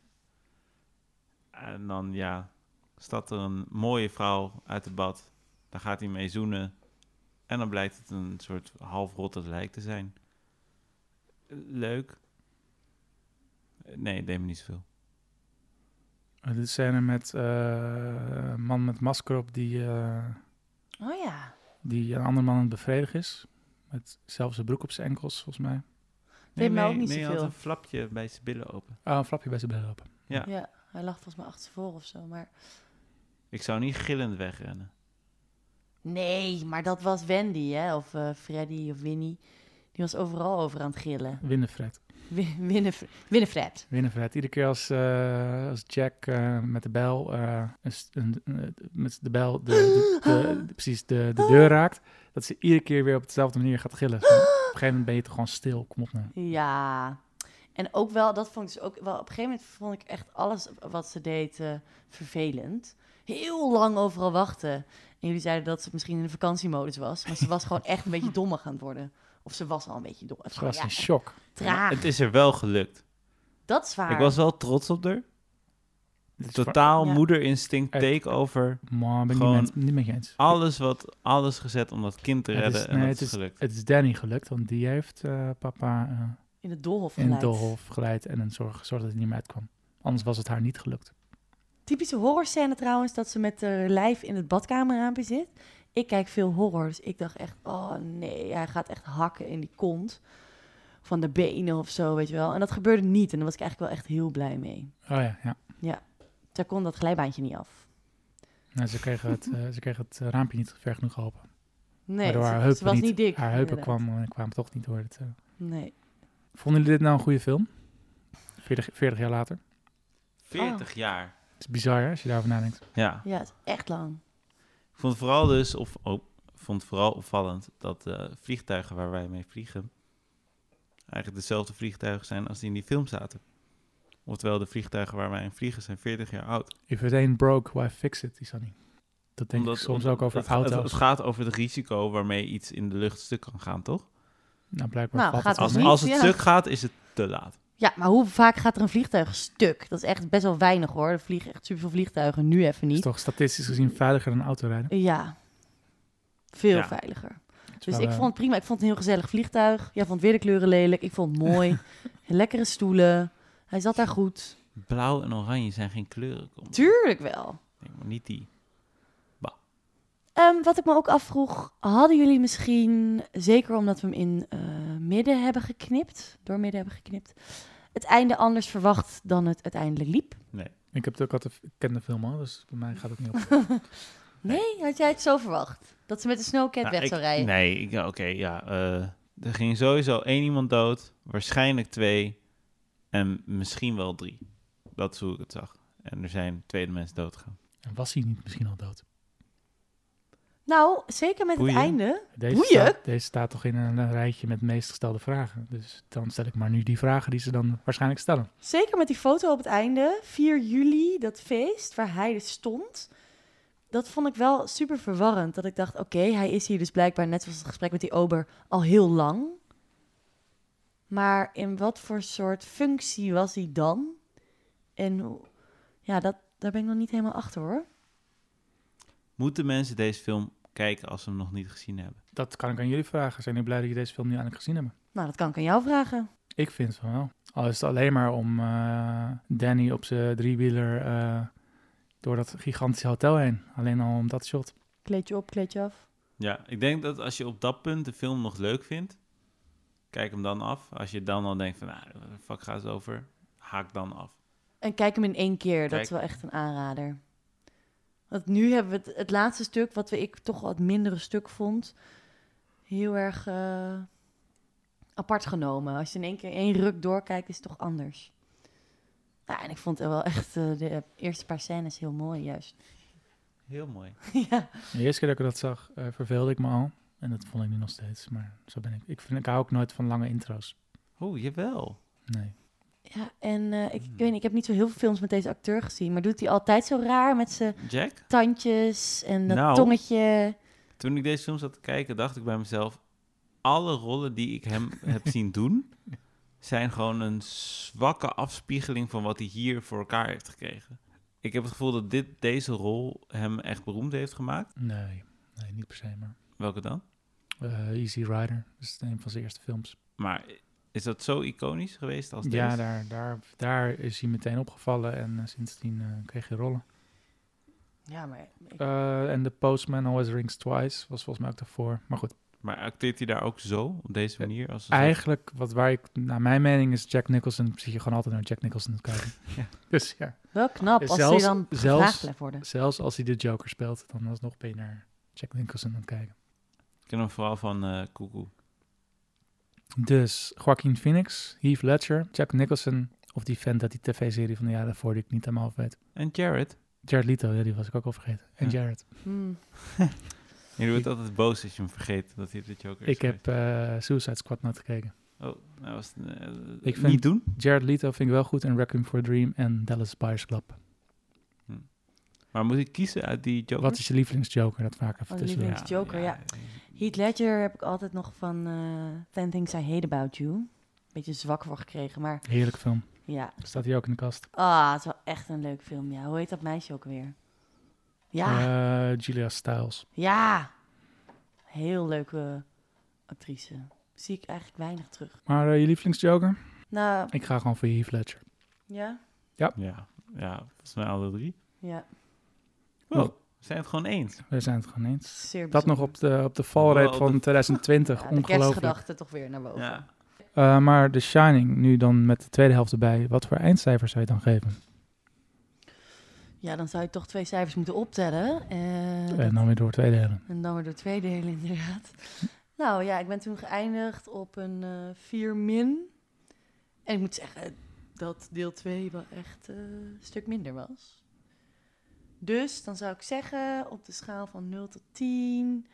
En dan, ja, staat er een mooie vrouw uit het bad. Daar gaat hij mee zoenen. En dan blijkt het een soort half rotte lijk te zijn. Leuk. Nee, het deed me niet zoveel. De scène met eh, een man met masker op die, eh, Oh ja. die een ander man aan het bevredigen is. Met zelfs zijn broek op zijn enkels, volgens mij. Nee, Deed me ook niet nee, hij had zoveel. een flapje bij zijn billen open. Ah, een flapje bij zijn bellen lopen. Ja. Ja, hij lag volgens mij achterstevoren of zo. Maar Ik zou niet gillend wegrennen. nee, maar dat was Wendy, hè? Of eh, Freddy of Winnie. Die was overal over aan het gillen. Windenfred. Wi- Winnef- Winnefred. Winifred, iedere keer als, eh, als Jack eh, met de bel, eh, een s- een- een- met de bel de, de- de- de- precies de, de deur raakt, dat ze iedere keer weer op dezelfde manier gaat gillen. Zo, Op een gegeven moment ben je toch gewoon stil, kom op nou. [GASPS] Ja. En ook wel, dat vond ik dus ook wel. Op een gegeven moment vond ik echt alles wat ze deed eh, vervelend. Heel lang overal wachten. En jullie zeiden dat ze misschien in de vakantiemodus was. Maar ze was gewoon echt een beetje dommer gaan worden. Of ze was al een beetje dom. Ze was Ja, in shock. traag. Het is er wel gelukt. Dat is waar. Ik was wel trots op haar. Dit is Totaal Ja. moederinstinct Het- takeover. voor- Man, ben ik gewoon- niet, met, niet met je eens. Alles, wat, alles gezet om dat kind te Het is- redden. en nee, dat het is, is- gelukt. Het is Danny gelukt, want die heeft eh, papa eh, in het doolhof in het geleid. doolhof geleid en een zorg gezorgd dat hij niet meer uitkwam. Anders was het haar niet gelukt. Typische horrorscène trouwens, dat ze met haar lijf in het badkamerraampje zit. Ik kijk veel horrors. Ik dacht echt, oh nee, hij gaat echt hakken in die kont. Van de benen of zo, weet je wel. En dat gebeurde niet. En daar was ik eigenlijk wel echt heel blij mee. Oh ja, ja. Zij kon dat glijbaantje niet af. Nou, ze, [LAUGHS] kregen het, eh, ze kregen het eh, raampje niet ver genoeg open. Nee, Waardoor haar ze, heupen ze was niet, dik. Haar heupen inderdaad. kwamen, kwamen toch niet door het... eh, Nee. Vonden jullie dit nou een goede film? 40, 40 jaar later. 40 jaar. Het is bizar hè, als je daarover nadenkt. Ja. Ja, het is echt lang. Ik vond vooral dus, of oh, vond vooral opvallend, dat de vliegtuigen waar wij mee vliegen, eigenlijk dezelfde vliegtuigen zijn als die in die film zaten. Oftewel, de vliegtuigen waar wij in vliegen zijn 40 jaar oud. If it ain't broke, why fix it, die Sunny. Dat denk Omdat- ik soms ook over het, auto's. Het, het gaat over het risico waarmee iets in de lucht stuk kan gaan, toch? nou, blijkbaar Nou, valt gaat het Als, niet, mee. als het ja. stuk gaat, is het te laat. Ja, maar hoe vaak gaat er een vliegtuig stuk? Dat is echt best wel weinig hoor. Er vliegen echt superveel vliegtuigen, nu even is niet. toch statistisch gezien veiliger dan autorijden. Ja, veel Ja. veiliger. Het is Dus wel, ik eh, vond het prima. Ik vond het een heel gezellig vliegtuig. Jij vond weer de kleuren lelijk. Ik vond het [LAUGHS] mooi. Lekkere stoelen. Hij zat daar goed. Blauw en oranje zijn geen kleuren. Kom. Tuurlijk wel. Nee, maar niet die. Ehm, wat ik me ook afvroeg, hadden jullie misschien, zeker omdat we hem in eh, midden hebben geknipt, door midden hebben geknipt, het einde anders verwacht dan het uiteindelijk liep? Ik, heb het ook altijd, ik ken de film al, dus bij mij gaat het niet op. [LAUGHS] Nee, had jij het zo verwacht? Dat ze met de snowcat Nou, weg ik- zou rijden? Nee, ik- ja, oké, ja. eh, er ging sowieso één iemand dood, waarschijnlijk twee en misschien wel drie. Dat is hoe ik het zag. En er zijn tweede mensen doodgegaan. En was hij niet misschien al dood? Nou, zeker met Boeien. het einde. Deze Boeien? staat, deze staat toch in een, een rijtje met meest gestelde vragen. Dus dan stel ik maar nu die vragen die ze dan waarschijnlijk stellen. Zeker met die foto op het einde, 4 juli, dat feest waar hij dus stond. Dat vond ik wel super verwarrend. Dat ik dacht, oké, hij is hier dus blijkbaar, net zoals het gesprek met die ober, al heel lang. Maar in wat voor soort functie was hij dan? En hoe- ja, dat, daar ben ik nog niet helemaal achter hoor. Moeten mensen deze film kijken als ze hem nog niet gezien hebben? Dat kan ik aan jullie vragen. Zijn jullie blij dat je deze film nu eindelijk gezien hebben? Nou, dat kan ik aan jou vragen. Ik vind van wel. Al is het alleen maar om eh, Danny op zijn driewieler eh, door dat gigantische hotel heen. Alleen al om dat shot. Kleed je op, kleed je af. Ja, ik denk dat als je op dat punt de film nog leuk vindt, kijk hem dan af. Als je dan al denkt van, nou, waar de fuck gaat het over? Haak dan af. En kijk hem in één keer. Dat is Kijk. wel echt een aanrader. Want nu hebben we het, het laatste stuk, wat we, ik toch wel het mindere stuk vond, heel erg eh, apart genomen. Als je in één keer één ruk doorkijkt, is het toch anders. Ja, en ik vond er wel echt eh, de eerste paar scènes heel mooi, juist. [LAUGHS] Heel mooi. ja. De eerste keer dat ik dat zag, eh, verveelde ik me al. En dat vond ik nu nog steeds. Maar zo ben ik. Ik, vind, ik hou ook nooit van lange intro's. Oh, jawel. Nee. ja, en eh, ik, Hmm. ik weet niet, ik heb niet zo heel veel films met deze acteur gezien, maar doet hij altijd zo raar met zijn Jack? tandjes en dat Nou. tongetje. Toen ik deze film zat te kijken, dacht ik bij mezelf: alle rollen die ik [LAUGHS] hem heb zien doen, zijn gewoon een zwakke afspiegeling van wat hij hier voor elkaar heeft gekregen. Ik heb het gevoel dat dit, deze rol hem echt beroemd heeft gemaakt. Nee. Nee, niet per se. Maar Welke dan? eh, Easy Rider is een van zijn eerste films. Maar is dat zo iconisch geweest als deze? Ja, daar, daar, daar is hij meteen opgevallen. En eh, sindsdien eh, kreeg hij rollen. Ja, maar ik- Eh, en The Postman Always Rings Twice was volgens mij ook daarvoor. Maar goed. Maar acteert hij daar ook zo, op deze manier? Als een soort- Eh, Eigenlijk, wat waar ik, naar mijn mening is Jack Nicholson, zit je gewoon altijd naar Jack Nicholson te kijken. [LAUGHS] Ja. Dus ja, wel knap als Zelfs- hij dan zelfs- gevraagd blijft worden. zelfs als hij de Joker speelt, dan alsnog ben je naar Jack Nicholson aan het kijken. Ik ken hem vooral van eh Koekoe. Dus Joaquin Phoenix, Heath Ledger, Jack Nicholson of die vent uit die tv-serie van de jaren voor die ik niet helemaal af weet. En Jared. Jared Leto, ja, die was ik ook al vergeten. En Ja. Jared. Hmm. Je wordt altijd boos als je hem vergeet dat hij de Joker is. Ik heb eh, Suicide Squad net gekeken. geweest. Oh, nou was het, eh, Ik niet vind- doen. Jared Leto vind ik wel goed in Requiem for a Dream en Dallas Buyers Club. Maar moet ik kiezen uit die Joker? Wat is je lievelingsjoker? Dat vaak even Oh, tussen. lievelings- Joker, ja. Heath Ledger heb ik altijd nog van eh Ten Things I Hate About You. Beetje zwak voor gekregen, maar Heerlijk film. ja. Staat hier ook in de kast. Ah, het is wel echt een leuk film, ja. Hoe heet dat meisje ook weer? Ja, Eh, Julia Stiles. ja. Heel leuke actrice. Zie ik eigenlijk weinig terug. Maar eh, je lievelingsjoker? Nou, Ik ga gewoon voor Heath Ledger. ja, Ja, ja, volgens mij alle drie. ja. Wow, Nog- we zijn het gewoon eens. We zijn het gewoon eens. Zeer Dat nog bijzonder. op de, op de valreep Wow, van [LAUGHS] 2020. Ja, de Ongelooflijk. kerstgedachte toch weer naar boven. Ja. Eh, maar The Shining, nu dan met de tweede helft erbij. Wat voor eindcijfer zou je dan geven? Ja, dan zou je toch twee cijfers moeten optellen. eh, dat- En dan weer door twee delen. En dan weer door twee delen, inderdaad. Nou ja, ik ben toen geëindigd op een eh 4 min. En ik moet zeggen dat deel 2 wel echt eh, een stuk minder was. Dus dan zou ik zeggen, op de schaal van 0 tot 10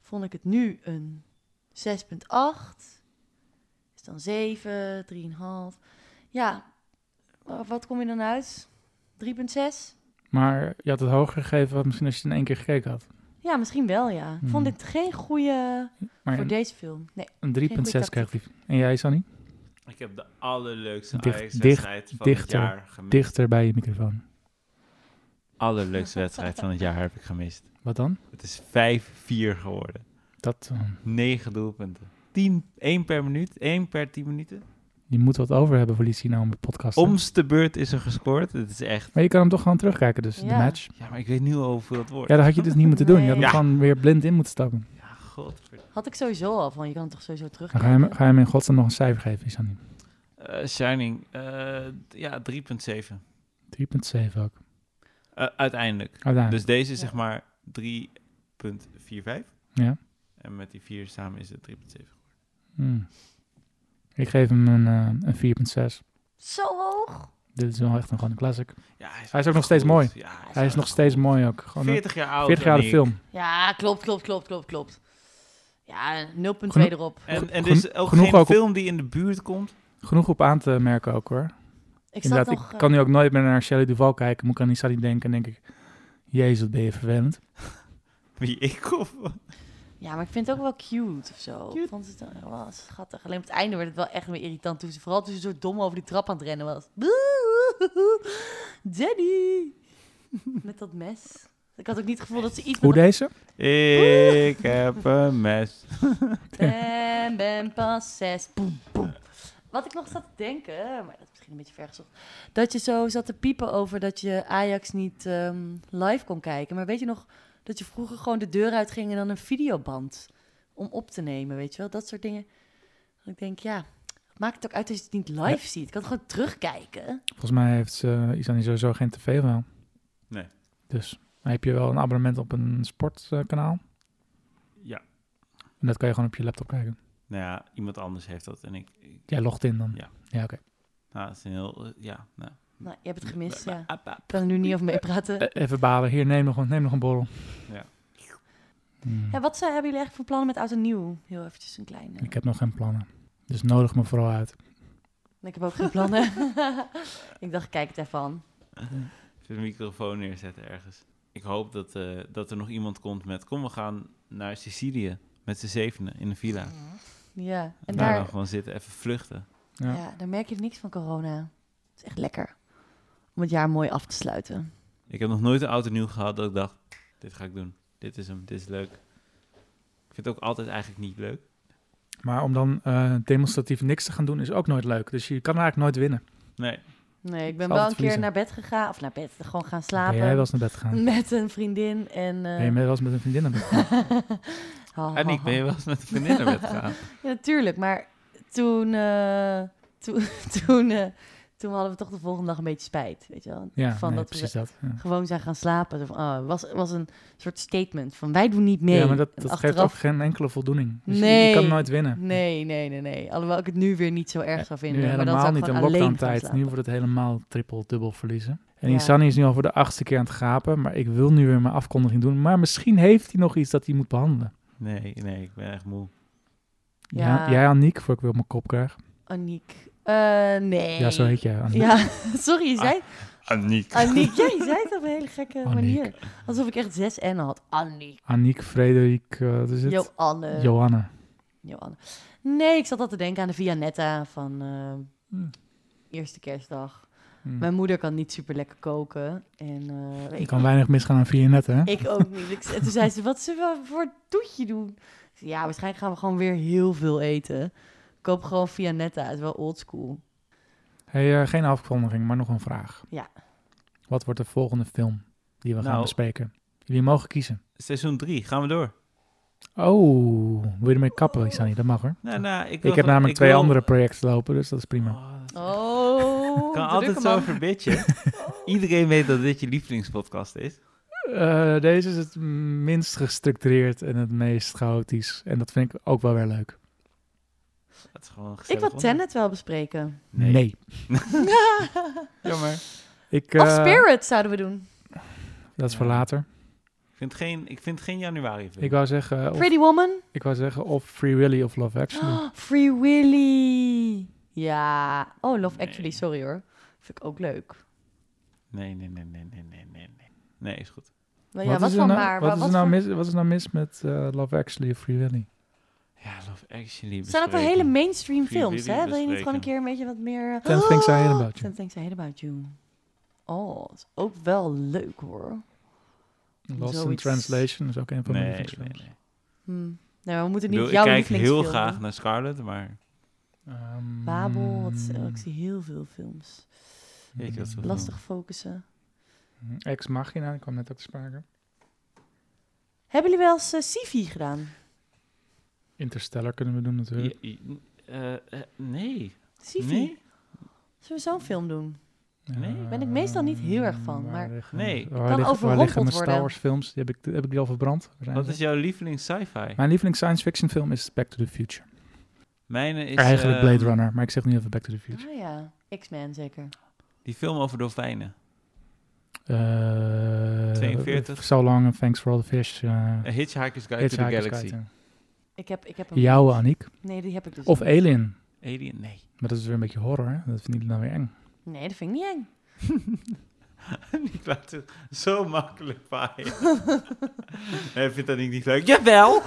vond ik het nu een 6,8. Is dan 7, 3,5. Ja, wa- wat kom je dan uit? 3,6? Maar je had het hoger gegeven, misschien als je het in één keer gekeken had. Ja, misschien wel, ja. Ik vond Hmm. dit geen goede Maar voor een, deze film. Nee, een 3,6 tactiek. kreeg hij. En jij, Sanny? Ik heb de allerleukste Dicht- Ajax-wedstrijd van het dichter, jaar gemist. Dichter bij je microfoon. Allerleukste wedstrijd van het jaar heb ik gemist. Wat dan? Het is 5-4 geworden. Dat, eh, 9 doelpunten. 10, 1 per minuut, 1 per 10 minuten. je moet wat over hebben voor Licino om de podcast. Omste beurt is er gescoord. Het is echt... Maar je kan hem toch gewoon terugkijken, dus de Ja. match. Ja, maar ik weet nu al hoeveel het wordt. Ja, dat had je dus niet moeten doen. Je had hem Nee. gewoon weer blind in moeten stappen. Ja, godver- had ik sowieso al van. Je kan het toch sowieso Dan ga je, hem, terugkijken. ga je hem in godsnaam nog een cijfer geven, Sanny. Eh, Shining, eh, d- ja, 3.7. 3,7 ook. Eh, uiteindelijk. Uiteindelijk. Dus deze is Ja. zeg maar 3.45. Ja. En met die 4 samen is het 3.7. Hmm. Ik geef hem een, eh, een 4,6. Zo hoog. Dit is wel echt een, gewoon een classic. Ja, hij is, Hij is ook nog steeds goed. mooi. Ja, Hij is echt nog steeds goed. mooi ook. Gewoon een 40 jaar oud. 40 jaar de Aniek. film. Ja, klopt, klopt, klopt, klopt, klopt. Ja, 0.2 Geno- erop. En, en Geno- dus ook genoeg geen ook op- film die in de buurt komt. Genoeg op aan te merken ook hoor. Ik zat Inderdaad, nog... ik eh, kan nu ook nooit meer naar Shelley Duval kijken. Moet ik aan die Sally denken en denk ik... Jezus, wat ben je vervelend. Wie [LAUGHS] ik of... Ja, maar ik vind het ook wel cute of zo. Ik vond het eh, wel schattig. Alleen op het einde werd het wel echt weer irritant. Toen ze, vooral toen ze zo dom over die trap aan het rennen was. [LAUGHS] Danny! Met dat mes. Ik had ook niet het gevoel dat ze iets Hoe met dat- deze? Ik heb een mes. [LAUGHS] Ben, ben pas zes. Boem, boem. Wat ik nog zat te denken, maar dat is misschien een beetje ver gezocht. Dat je zo zat te piepen over dat je Ajax niet ehm, live kon kijken. Maar weet je nog dat je vroeger gewoon de deur uitging en dan een videoband om op te nemen, weet je wel? Dat soort dingen. Dat ik denk, ja, maakt het ook uit als je het niet live Ja. ziet. Ik kan het gewoon terugkijken. Volgens mij heeft ze, Isani sowieso geen tv wel. Nee. Dus maar heb je wel een abonnement op een sportkanaal. Ja. En dat kan je gewoon op je laptop kijken. Nou ja, iemand anders heeft dat en ik... ik- Jij logt in dan. Ja. oké. nou, dat is een heel... eh, Ja, nou. Nou, je hebt het gemist, ja. Ik App, app. kan er nu niet over meepraten. Eh, Even balen. Hier, neem nog, wat- neem nog een borrel. Ja. Hmm. Ja, wat eh, hebben jullie echt voor plannen met Oud en Nieuw? Heel eventjes een kleine. Ik heb nog geen plannen. Dus nodig me vooral uit. Ik heb ook geen plannen. [LAUGHS] ik dacht, ik kijk het even aan. Even de microfoon neerzetten ergens. Ik hoop dat, eh, dat er nog iemand komt met... Kom, we gaan naar Sicilië met z'n zevenen in een villa. En Ja, en daar daar, dan Nou, gewoon zitten, even vluchten. Ja. Nou, ja. daar merk je niks van corona. Het is echt lekker om het jaar mooi af te sluiten. Ik heb nog nooit een auto nieuw gehad dat ik dacht... Dit ga ik doen. Dit is hem. Dit is leuk. Ik vind het ook altijd eigenlijk niet leuk. Maar om dan eh, demonstratief niks te gaan doen is ook nooit leuk. Dus je kan eigenlijk nooit winnen. Nee. Nee, ik ben Altijd wel een keer verliezen. naar bed gegaan. Of naar bed, gewoon gaan Ben slapen. jij wel eens naar bed gaan? Nee. [LAUGHS] Met een vriendin en... eh, Ben [LAUGHS] je wel eens met een vriendin naar bed gegaan? ha, ha, Oh, En ik ha. ben je wel eens met een vriendin [LAUGHS] naar bed gegaan. [LAUGHS] Ja, natuurlijk, maar toen... eh, toen toen, eh, Toen hadden we toch de volgende dag een beetje spijt, weet je wel. Ja, van nee, dat precies we dat. Ja. gewoon zijn gaan slapen. Zo van, oh, was, was een soort statement van wij doen niet mee. ja, maar dat, En dat geeft ook achteraf- geen enkele voldoening. Dus je- je, Nee. kan nooit winnen. Nee, nee, nee, nee. Alhoewel ik het nu weer niet zo erg zou vinden. nu maar dan helemaal zou ik niet gewoon in alleen gaan lockdown-tijd. slapen. Nu wordt het helemaal triple, dubbel verliezen. En Ja. Insani is nu al voor de achtste keer aan het gapen. Maar ik wil nu weer mijn afkondiging doen. Maar misschien heeft hij nog iets dat hij moet behandelen. Nee, nee, ik ben echt moe. Ja. Ja. Jij, Aniek, voor ik weer op mijn kop krijg. Aniek. Eh, nee. Ja, zo heet jij, Aniek. Ja, [LAUGHS] sorry, je [LAUGHS] zei... Aniek. Aniek, ja, je zei het op een hele gekke Aniek. manier. Alsof ik echt zes N'en had. Aniek. Aniek, Frederik, eh, wat is het? Joanne. Johanna. Joanne. Nee, ik zat al te denken aan de Vianetta van eh, Hmm. eerste kerstdag. Hmm. Mijn moeder kan niet super lekker koken. En eh, Je ik, kan weinig misgaan aan Vianette, hè? ik ook niet. Ik, en toen zei ze, wat zullen we voor toetje doen? Ik zei, ja, waarschijnlijk gaan we gewoon weer heel veel eten. Koop gewoon Vianetta. Het is wel oldschool. Hey, eh, geen afkondiging, maar nog een vraag. Ja. Wat wordt de volgende film die we gaan Nou. bespreken? Jullie mogen kiezen. Seizoen 3, gaan we door. Oh, wil je ermee kappen, Isani? Dat mag hoor. Nou, nou, ik, wil ik heb gewoon- namelijk ik twee wil- andere projecten lopen, dus dat is prima. Oh, dat is- [LAUGHS] Oh, Ik kan altijd zo verbitchen. Iedereen weet dat dit je lievelingspodcast is. Eh, deze is het minst gestructureerd en het meest chaotisch. En dat vind ik ook wel weer leuk. Dat is gewoon Ik gezellig wil onder. Tenet wel bespreken. Nee. Jammer. Ik, of eh, Spirit zouden we doen. Dat is voor later. Ik vind geen, ik vind geen januari film. Ik wou zeggen, of, Pretty Woman. ik wou zeggen of Free Willy of Love Actually. Oh, [GASPS] Free Willy. Ja. Oh, Love Nee. Actually, sorry hoor. Vind ik ook leuk. Nee, nee, nee, nee, nee, nee, nee. nee. Nee, is goed. Maar ja, wat, is er van nou- waar? Wat Wa- is wat er nou voor- mis- wat is er nou mis met eh, Love Actually of Free Willy? Ja, Love Actually Het zijn ook wel bespreken. hele mainstream Free films, Willy hè? Wil je niet bespreken. gewoon een keer een beetje wat meer... eh, Ten Things I Hate About Ten You. Things I Hate About You. Oh, dat is ook wel leuk hoor. Lost in Zoiets. Translation is ook een van Nee, mijn nee, lievelingsfilms. nee. Hm. Nou, we moeten Ik, niet bedoel, ik jouw kijk heel lievelingsfilm graag doen. naar Scarlett, maar... Ehm, Babel, wat, is- oh, ik zie heel veel films. Weet je wat ze- Lastig focussen. Ex Machina, die kwam net ook te sprake. Hebben jullie wel eens eh, Sifi gedaan? Interstellar kunnen we doen natuurlijk. Je- je- eh, eh, nee. Sifi? Nee? Zullen we zo'n film doen? Nee. Ben ik meestal niet heel erg van, Waar maar- liggen- Nee. waar Kan liggen- Waar overrompeld liggen mijn worden. Star Wars films? Die heb ik, heb ik die al verbrand? Waar zijn Wat ze? is jouw lieveling sci-fi? Mijn lievelings science fiction film is Back to the Future. Mijne is... Eigenlijk ehm, Blade Runner, maar ik zeg nu even Back to the Future. Ah ja, X-Men zeker. Die film over dolfijnen. Eh, 42. So long and thanks for all the fish. eh A Hitchhiker's Guide to the Hitchhiker's Galaxy. Guide, Ik heb, ik heb eh. hem. Jouwe, Aniek. Nee, die heb ik dus Of niet. Alien. Alien? Nee. [LAUGHS] Maar dat is weer een beetje horror, hè? Dat vind ik dan weer eng. Nee, dat vind ik niet eng. Ik laat het zo [LAUGHS] makkelijk paaien. Hij vindt dat ik niet leuk. Jawel!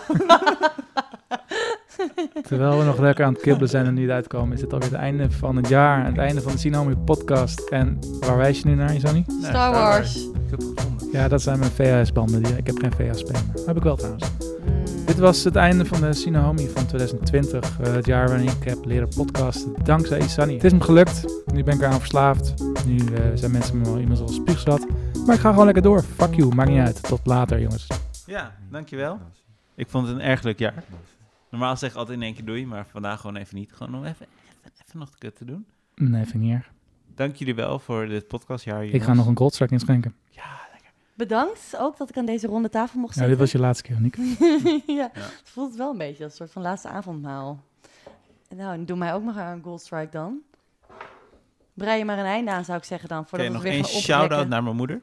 Terwijl we nog lekker aan het kibbelen zijn en niet uitkomen, is dit alweer het einde van het jaar. Het einde van de Sinomi podcast. En waar wijs je nu naar, Isani? Star Wars. Ik heb het gevonden. Ja, dat zijn mijn VHS-banden. Die- Ik heb geen VHS-banden. Heb ik wel trouwens. Mm. Dit was het einde van de Sinomi van 2020. eh, het jaar waarin ik heb leren podcasten dankzij Isani. Het is me gelukt. Nu ben ik eraan verslaafd. Nu eh, zijn mensen me wel inmiddels al spuugzat. Maar ik ga gewoon lekker door. Fuck you. Maakt niet uit. Tot later, jongens. Ja, dankjewel. Ik vond het een erg leuk jaar. Normaal zeg ik altijd in één keer doei, maar vandaag gewoon even niet. Gewoon om even, even, even nog de kut te doen. Nee, vind ik niet erg. Dank jullie wel voor dit podcastjaar. Ik ga nog een goldstrak inschenken. Bedankt ook dat ik aan deze ronde tafel mocht Ja, zitten. dit was je laatste keer, Nick. [LAUGHS] ja, het voelt wel een beetje als een soort van laatste avondmaal. Nou, en doe mij ook maar een Gold Strike dan. Brei je maar een einde aan, zou ik zeggen dan. Oké, Voordat nog we weer één gaan oprekken. shout-out naar mijn moeder.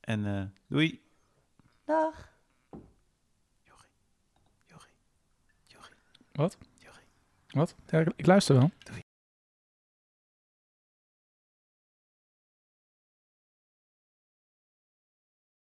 En eh, doei. Dag. Jochie. Wat? Ja, ik- ik luister wel.